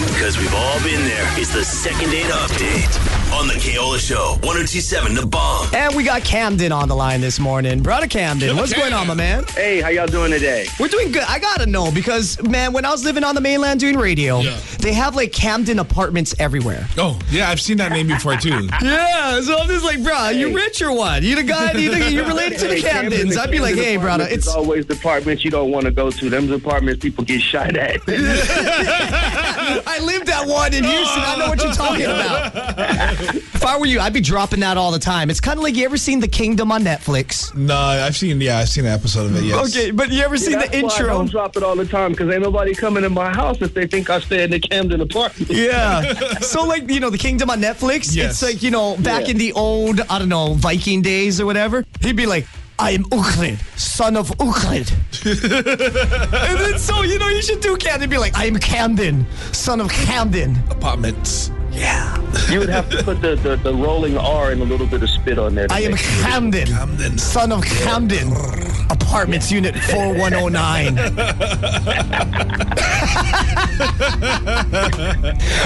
because we've all been there. It's the second date update on the Kaola Show, 1027 The Bomb. And we got Camden on the line this morning. Brother Camden, what's going on, my man? Hey, how y'all doing today? We're doing good. I gotta know because, man, when I was living on the mainland doing radio, Yeah. they have like Camden apartments everywhere. Oh, yeah, I've seen that name before too. Yeah, so I'm just like, bro, you rich or what? You the guy? You the, you're related to the Hey, Camden, Camdens? the I'd be like, Camden hey, brother, apartments is Uh, it's always departments you don't want to go to. Them departments people get shot at. I lived at one in Houston. I know what you're talking about. if I were you, I'd be dropping that all the time. It's kind of like you ever seen The Kingdom on Netflix? No, I've seen. Yeah, I've seen an episode of it. Yes. Okay, but you ever seen That's the why I intro? don't drop it all the time because ain't nobody coming in my house if they think I stay in the Camden apartment. Yeah. so like, you know, the kingdom on Netflix, it's Yes. like, you know, back Yeah. in the old, I don't know, Viking days or whatever, he'd be like, I am Uclid, son of Uclid. and then so, you know, you should do Camden be like, I am Camden, son of Camden. Apartments. Yeah. You would have to put the, the, the rolling R and a little bit of spit on there. to I am make it- Camden, Camden. son of Camden. Apartments Unit 4109.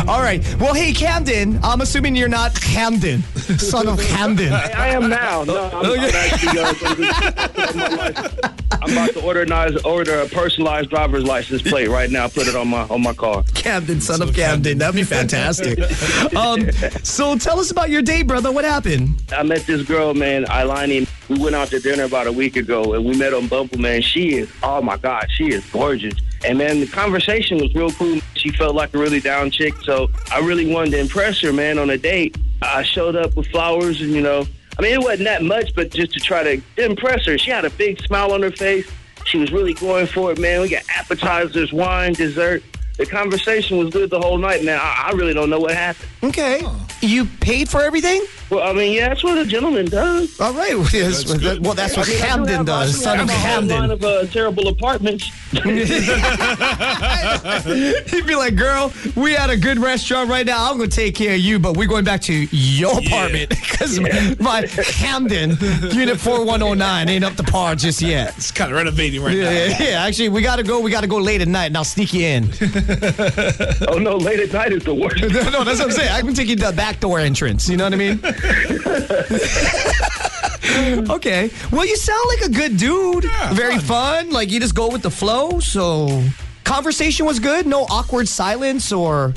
All right. Well, hey, Camden, I'm assuming you're not Camden, son of Camden. I am now. No, I'm, I'm actually uh, gonna do- my license. I'm about to order, nice- order a personalized driver's license plate right now. Put it on my on my car. Camden, son of Camden. That'd be fantastic. Um, so tell us about your day, brother. What happened? I met this girl, man, Ilani. We went out to dinner about a week ago, and we met on Bumble, man. She is, oh my God, she is gorgeous. And man, the conversation was real cool. She felt like a really down chick, so I really wanted to impress her, man, on a date. I showed up with flowers, and you know, I mean, it wasn't that much, but just to try to impress her. She had a big smile on her face. She was really going for it, man. We got appetizers, wine, dessert. The conversation was good the whole night, man. I, I really don't know what happened. Okay. You paid for everything? Well, I mean, yeah, that's what a gentleman does. All right. Well, yes, That's good. well, that's what I mean, I do Camden have- I does, do son of have a whole Line Camden. of uh, terrible apartments. He'd be like, girl, we at a good restaurant right now. I'm going to take care of you, but we're going back to your apartment because my Camden Unit 4109 ain't up to par just yet. It's kind of renovating right Yeah, yeah, yeah. actually, we got to go. We got to go late at night, and I'll sneak you in. oh no, late at night is the worst. No, no, that's what I'm saying. I can take you to the back door entrance. You know what I mean? okay. Well, you sound like a good dude. Yeah, Very fun. fun. Like, you just go with the flow. So, conversation was good. No awkward silence or,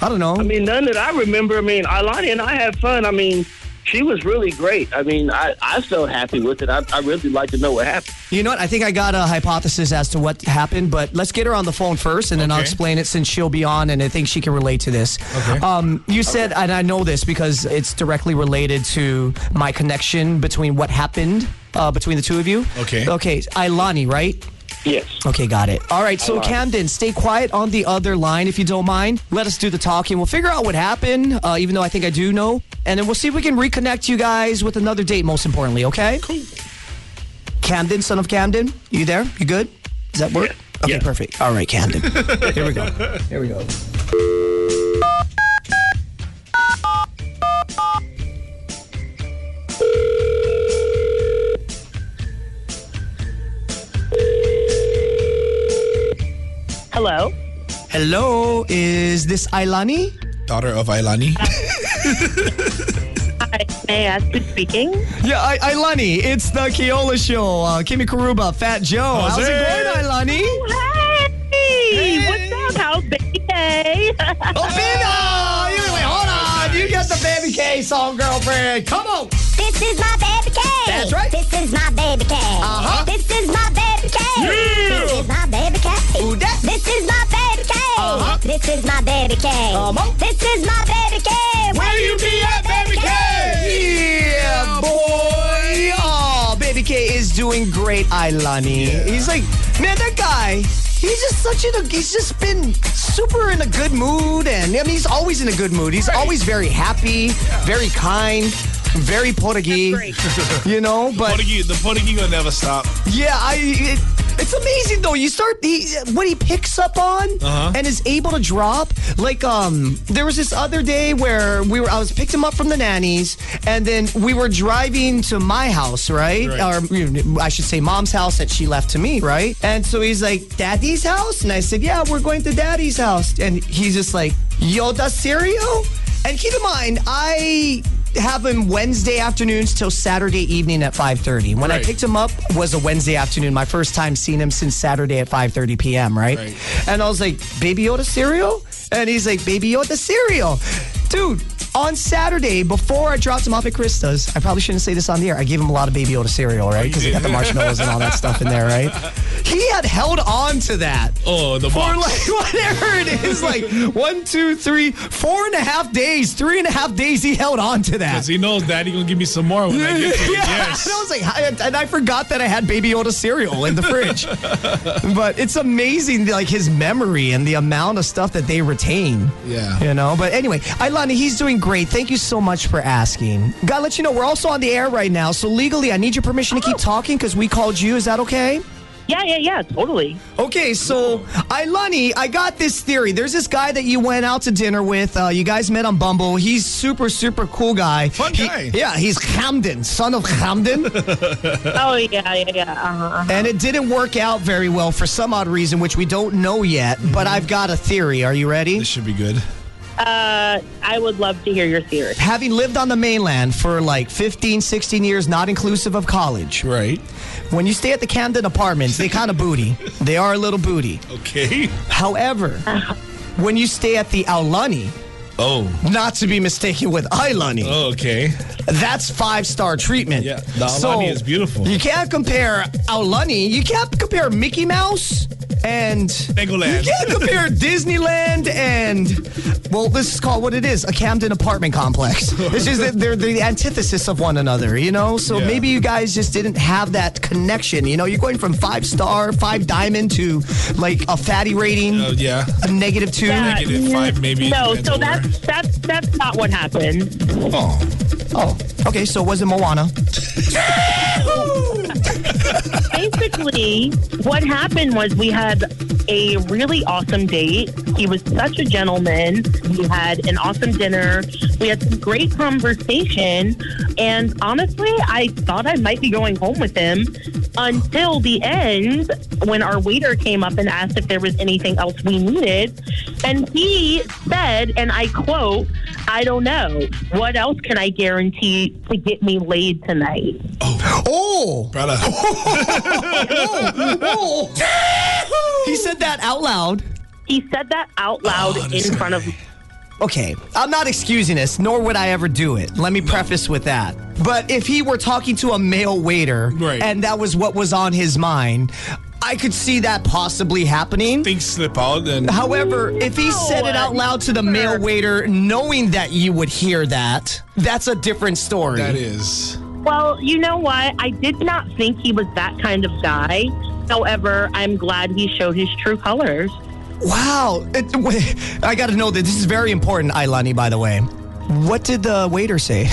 I don't know. I mean, none that I remember. I mean, Alani and I had fun. I mean, she was really great. I mean, I, I felt happy with it. I, I really like to know what happened. You know what? I think I got a hypothesis as to what happened, but let's get her on the phone first, and then I'll Okay. explain it since she'll be on, and I think she can relate to this. Okay. Um, you said, and I know this because it's directly related to my connection between what happened uh, between the two of you. Okay. Okay, Ilani, right? Yes. Okay, got it. All right, so Ilani. Camden, stay quiet on the other line if you don't mind. Let us do the talking. We'll figure out what happened, uh, even though I think I do know, and then we'll see if we can reconnect you guys with another date. Most importantly, okay? Camden, son of Camden. You there? You good? Does that work? Okay, Yeah. perfect. All right, Camden. Here we go. Here we go. Hello. Hello, is this Ailani? Daughter of Ilani. Hi. May I ask who's speaking? Yeah, I- Ailani, it's the Keola Show. Uh, Kimmy Karuba, Fat Joe. How's, it it? going, Ailani? Hey. What's up? How's baby day? Oh, Vina! You- wait, hold on. You get the Baby K song, girlfriend. Come on. This is my baby K. That's right. This is my baby K. Uh-huh. This is my baby K. This is my baby K. Ooh, that- This is my baby K. Oh, Uh-huh. This is my baby K. Uh-huh. This is my baby K. Where you be at, baby Yeah, boy. Oh, Baby K is doing great, Ailani. He's like, man, that guy. He's just such in a, he's just been super in a good mood. And I mean, he's always in a good mood. He's always very happy, very kind, very Portuguese, great. you know, but Portuguese, the Portuguese will never stop. yeah, I, it, It's amazing though. You start he, what he picks up on Uh-huh. and is able to drop. Like um, there was this other day where we were. I was picked him up from the nannies, and then we were driving to my house, right? Right. Or you know, I should say, mom's house that she left to me, right? And so he's like, "Daddy's house," and I said, "Yeah, we're going to Daddy's house," and he's just like, "Yo, da serio?" And keep in mind, I have him Wednesday afternoons till Saturday evening at 5:30. When I Right. picked him up was a Wednesday afternoon. My first time seeing him since Saturday at 5:30 p.m. Right? Right. and I was like, "Baby Yoda cereal," and he's like, "Baby Yoda cereal," dude. On Saturday, before I dropped him off at Krista's, I probably shouldn't say this on the air. I gave him a lot of Baby Yoda cereal, Oh, right? Because he got the marshmallows and all that stuff in there, right? He had held on to that Oh, the for box. like whatever it is, like one, two, three, four and a half days, three and a half days. He held on to that. Because he knows daddy gonna give me some more when I get to it. Yes. And I was like, I, and I forgot that I had Baby Yoda cereal in the fridge. but it's amazing, like his memory and the amount of stuff that they retain. Yeah. You know. But anyway, Ilani, he's doing great. Thank you so much for asking. Gotta let you know we're also on the air right now, so legally I need your permission to keep talking because we called you. Is that okay? Yeah, yeah, yeah, totally. Okay, so Ilani, I got this theory. There's this guy that you went out to dinner with. Uh, you guys met on Bumble. He's super, super cool guy. Fun He- guy. yeah, he's Hamden, son of Hamden. Oh, yeah, yeah, yeah. Uh-huh, uh-huh. And it didn't work out very well for some odd reason, which we don't know yet, but I've got a theory. Are you ready? This should be good. Uh, I would love to hear your theory. Having lived on the mainland for like 15, 16 years, not inclusive of college, Right. when you stay at the Camden apartments, they kind of booty. They are a little booty. Okay. However, when you stay at the Aulani, Oh. not to be mistaken with Ailani, Oh, okay. That's five star treatment. Yeah, the Aulani is beautiful. You can't compare Aulani. You can't compare Mickey Mouse and Legoland. You can't compare Disneyland and well, this is called what it is—a Camden apartment complex. It's just that they're the antithesis of one another. You know, so Yeah. maybe you guys just didn't have that connection. You know, you're going from five star, five diamond to like a fatty rating, Oh, yeah. a negative two. Yeah, Negative five, maybe, No, depends so on that's that's that's not what happened. Oh. Oh, okay. So was it Moana? Basically, what happened was we had a really awesome date. He was such a gentleman. We had an awesome dinner. We had some great conversation. And honestly, I thought I might be going home with him until the end when our waiter came up and asked if there was anything else we needed. And he said, and I quote, I don't know. What else can I guarantee to get me laid tonight? Oh. Brother. He said that out loud. He said that out loud Oh, this in front of guy. Okay, I'm not excusing this, nor would I ever do it. Let me preface with that. But if he were talking to a male waiter Right. and that was what was on his mind, I could see that possibly happening. Things slip out and. However, if he said it out loud to the male waiter knowing that you would hear that, that's a different story. That is. Well, you know what? I did not think he was that kind of guy. However, I'm glad he showed his true colors. Wow. It- w- I got to know that this is very important, Ilani, by the way. What did the waiter say?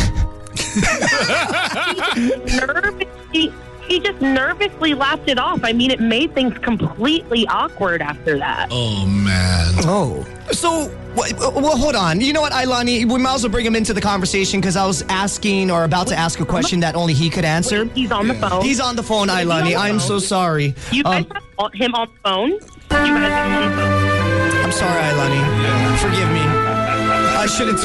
Nervously, he just nervously laughed it off. I mean, it made things completely awkward after that. Oh, man. Oh. So, wh- well, hold on. You know what, Ilani? We might as well bring him into the conversation because I was asking or about to ask a question that only he could answer. He's on the phone. He's on the phone, Ilani. I'm so sorry. you guys Um, have him on the phone? You guys have him on the phone? I'm sorry, Ilani. Forgive me. I should have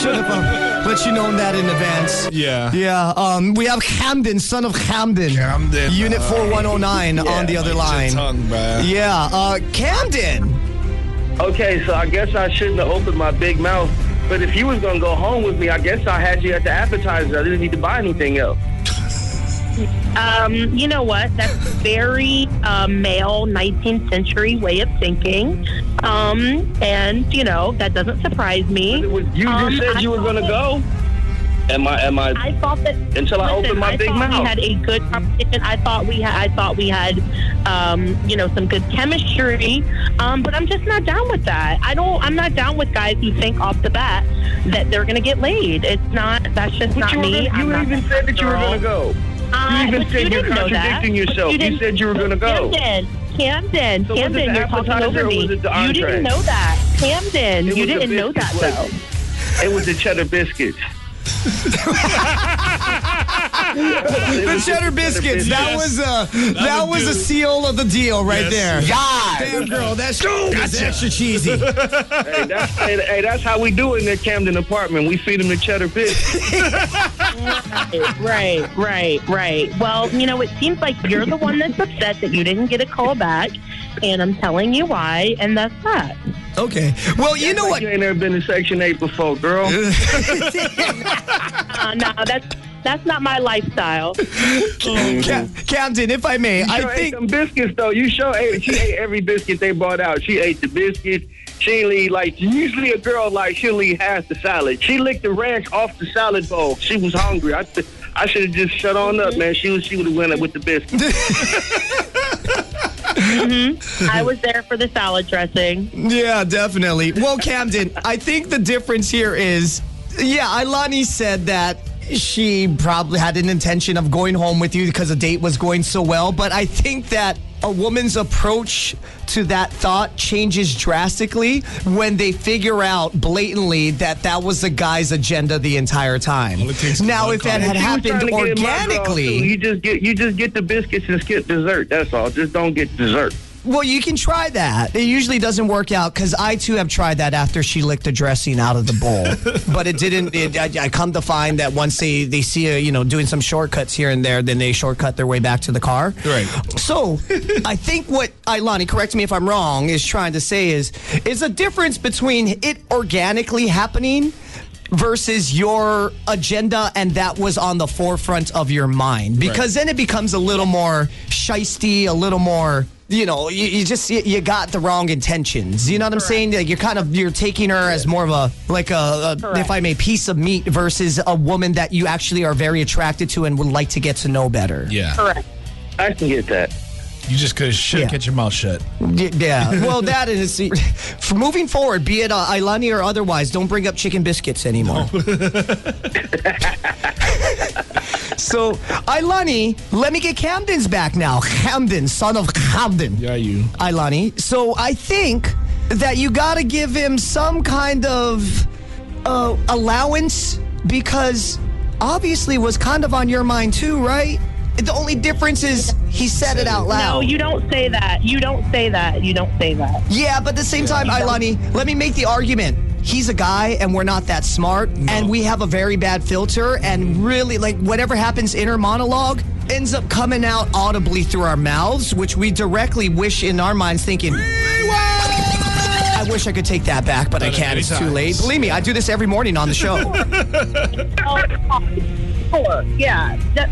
should have um, let you know that in advance. Yeah. Yeah. Um, we have Hamden, son of Hamden. Camden, Unit uh, 4109 on the other Bite line. your Tongue, man. Yeah. Uh, Camden. Okay, so I guess I shouldn't have opened my big mouth. But if you was gonna go home with me, I guess I had you at the appetizer. I didn't need to buy anything else. Um, you know what? That's very uh, male 19th century way of thinking. Um, and, you know, that doesn't surprise me. It was, you Um, just said I you were thought gonna that- go. Am I? Am I? I thought that Until I listen, opened my I big thought mouth. We had a good competition. I thought we had. I thought we had, um, you know, some good chemistry. Um, but I'm just not down with that. I don't. I'm not down with guys who think off the bat that they're gonna get laid. It's not. That's just But not you were me. gonna- I'm you not even that said that you were girl. gonna go. Uh, You but even said you're didn't know that. contradicting yourself. You didn't- said you were gonna go. Camden, Camden, So was it Camden, the you're talking appetizer over or me. was it the you entree? didn't know that. Camden, It was you a didn't know that biscuit, though. wasn't it? It was the cheddar biscuits. The cheddar biscuits. That was a that was a seal of the deal right there. Damn girl, that's that's extra cheesy. hey, that's, hey, hey, that's how we do it in the Camden apartment. We feed them the cheddar biscuits. right, right, right. Well, you know, it seems like you're the one that's upset that you didn't get a call back, and I'm telling you why, and that's that. Okay. Well, you know what? you ain't never been in Section 8 before, girl. Uh, no, that's that's not my lifestyle. Ca- Captain, if I may, You I sure ate think them biscuits though. You sure ate. She ate every biscuit they brought out. She ate the biscuit. She ain't leave like usually a girl like she'll eat half the salad. She licked the ranch off the salad bowl. She was hungry. I th- I should have just shut on Mm-hmm. up, man. She was she would have went up with the biscuit. I was there for the salad dressing. Yeah, definitely. Well, Camden, I think the difference here is, yeah, Ilani said that she probably had an intention of going home with you because the date was going so well, but I think that a woman's approach to that thought changes drastically when they figure out blatantly that that was the guy's agenda the entire time. All it takes is Now, one if that comment. had She was trying happened to get in my draw, too. organically, You just get you just get the biscuits and skip dessert. That's all. Just don't get dessert. well, you can try that. It usually doesn't work out because I too have tried that after she licked the dressing out of the bowl, but it didn't. It, I, I come to find that once they they see her, you know, doing some shortcuts here and there, then they shortcut their way back to the car. Right. So I think what Ilani, correct me if I'm wrong, is trying to say is is a difference between it organically happening versus your agenda and that was on the forefront of your mind because then it becomes a little more shisty, a little more. You know, you, you just you, you got the wrong intentions. You know what I'm saying? Like you're kind of you're taking her as more of a like a, a if Correct. I may piece of meat versus a woman that you actually are very attracted to and would like to get to know better. Yeah. Correct. I can get that. You just could should Yeah. kept your mouth shut. Y- Yeah. Well, that is for moving forward, be it uh, Ilani or otherwise, don't bring up chicken biscuits anymore. so, Ilani, let me get Camden's back now. Camden, son of Camden. Yeah, you. Ilani. So, I think that you got to give him some kind of uh, allowance because obviously was kind of on your mind too, right? The only difference is he said it out loud. No, Oh, you don't say that. You don't say that. You don't say that. Yeah, but at the same time, Ilani, let me make the argument. He's a guy, and we're not that smart, and we have a very bad filter, and really, like, whatever happens inner monologue ends up coming out audibly through our mouths, which we directly wish in our minds, thinking, I wish I could take that back, but I Done it can't. many It's too times. late. Believe me, I do this every morning on the show. Oh, sure. Yeah. That,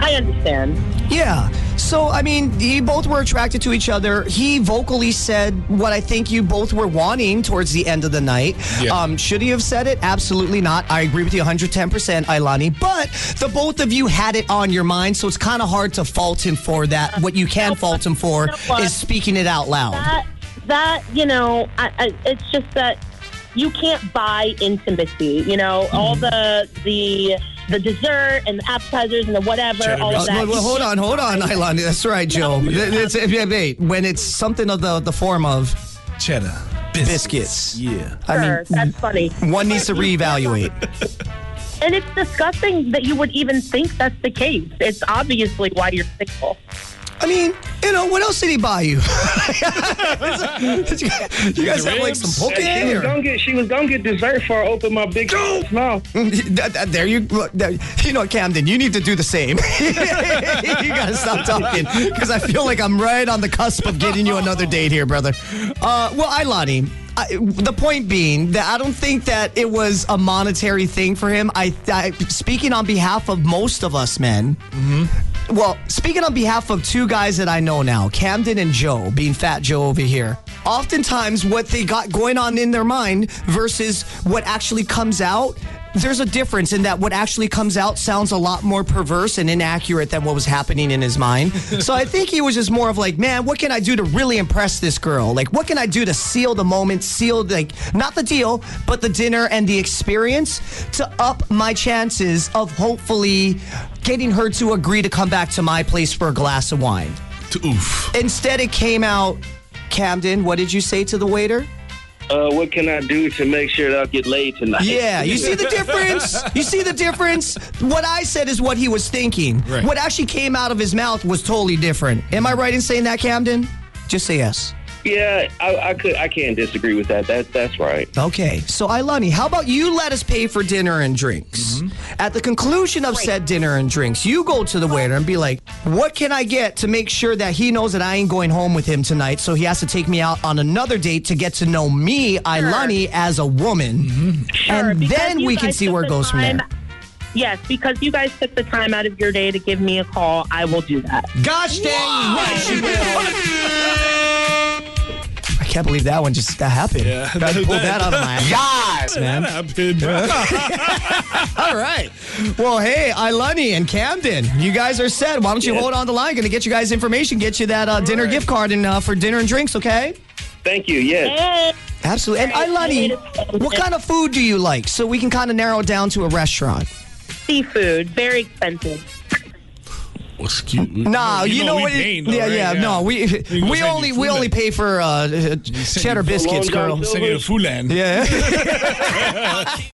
I understand. Yeah. So, I mean, you both were attracted to each other. He vocally said what I think you both were wanting towards the end of the night. Yeah. Um, should he have said it? Absolutely not. I agree with you 110%, Ilani. But the both of you had it on your mind, so it's kind of hard to fault him for that. What you can fault him for is speaking it out loud. That, that you know, I, I, it's just that you can't buy intimacy. You know, Mm-hmm. all the the the dessert and the appetizers and the whatever, Cheddar all Uh, of that. well, well, hold on, hold on, Ilani. That's right, Joe. No. Th- It's, if- yeah, wait, when it's something of the, the form of Cheddar. biscuits, Yeah. I mean, mm, Sure, that's funny. one needs to reevaluate. And it's disgusting that you would even think that's the case. It's obviously why you're single. I mean, you know, what else did he buy you? you guys, you guys have like some poke She was or- gonna get she was gonna get dessert for I open my big mouth. That- that- There you, look, there- you know, Camden, you need to do the same. you gotta stop talking because I feel like I'm right on the cusp of getting you another date here, brother. Uh, well, Ilani, I, the point being that I don't think that it was a monetary thing for him. I, I speaking on behalf of most of us men. Well, speaking on behalf of two guys that I know now, Camden and Joe, being Fat Joe over here, oftentimes what they got going on in their mind versus what actually comes out there's a difference in that what actually comes out sounds a lot more perverse and inaccurate than what was happening in his mind. so I think he was just more of like, man, what can I do to really impress this girl? Like, what can I do to seal the moment, seal, like, not the deal, but the dinner and the experience to up my chances of hopefully getting her to agree to come back to my place for a glass of wine? To oof. Instead, it came out, Camden, what did you say to the waiter? Uh, what can I do to make sure that I'll get laid tonight? Yeah, you see the difference? You see the difference? What I said is what he was thinking. Right. What actually came out of his mouth was totally different. Am I right in saying that, Camden? Just say yes. Yeah, I, I could. I can't disagree with that. That that's right. Okay. So, Ilani, how about you let us pay for dinner and drinks? At the conclusion of said dinner and drinks, you go to the waiter and be like, what can I get to make sure that he knows that I ain't going home with him tonight? So he has to take me out on another date to get to know me, Ilani, as a woman. Sure, And because then you we can guys see took where it the goes from there. time- Yes, because you guys took the time out of your day to give me a call, I will do that. Gosh dang right, she will. I can't believe that one just that happened. Yeah. I pulled that out of my ass, man. happened. All right. Well, hey, Ilani and Camden, you guys are set. Why don't you Yeah. hold on the line? Going to get you guys information, get you that uh, dinner gift card and uh, for dinner and drinks, okay? Thank you. Yes. Hey, Absolutely. And Ilani, what kind of food do you like? So we can kind of narrow it down to a restaurant. seafood, very expensive. Excuse me. Nah, you, know we what? it- paying, though, yeah, right? yeah, No, we You we said only you we food only it. pay for uh, uh, cheddar you biscuits, Long John girl. Silver. Send you to Fulan. Yeah.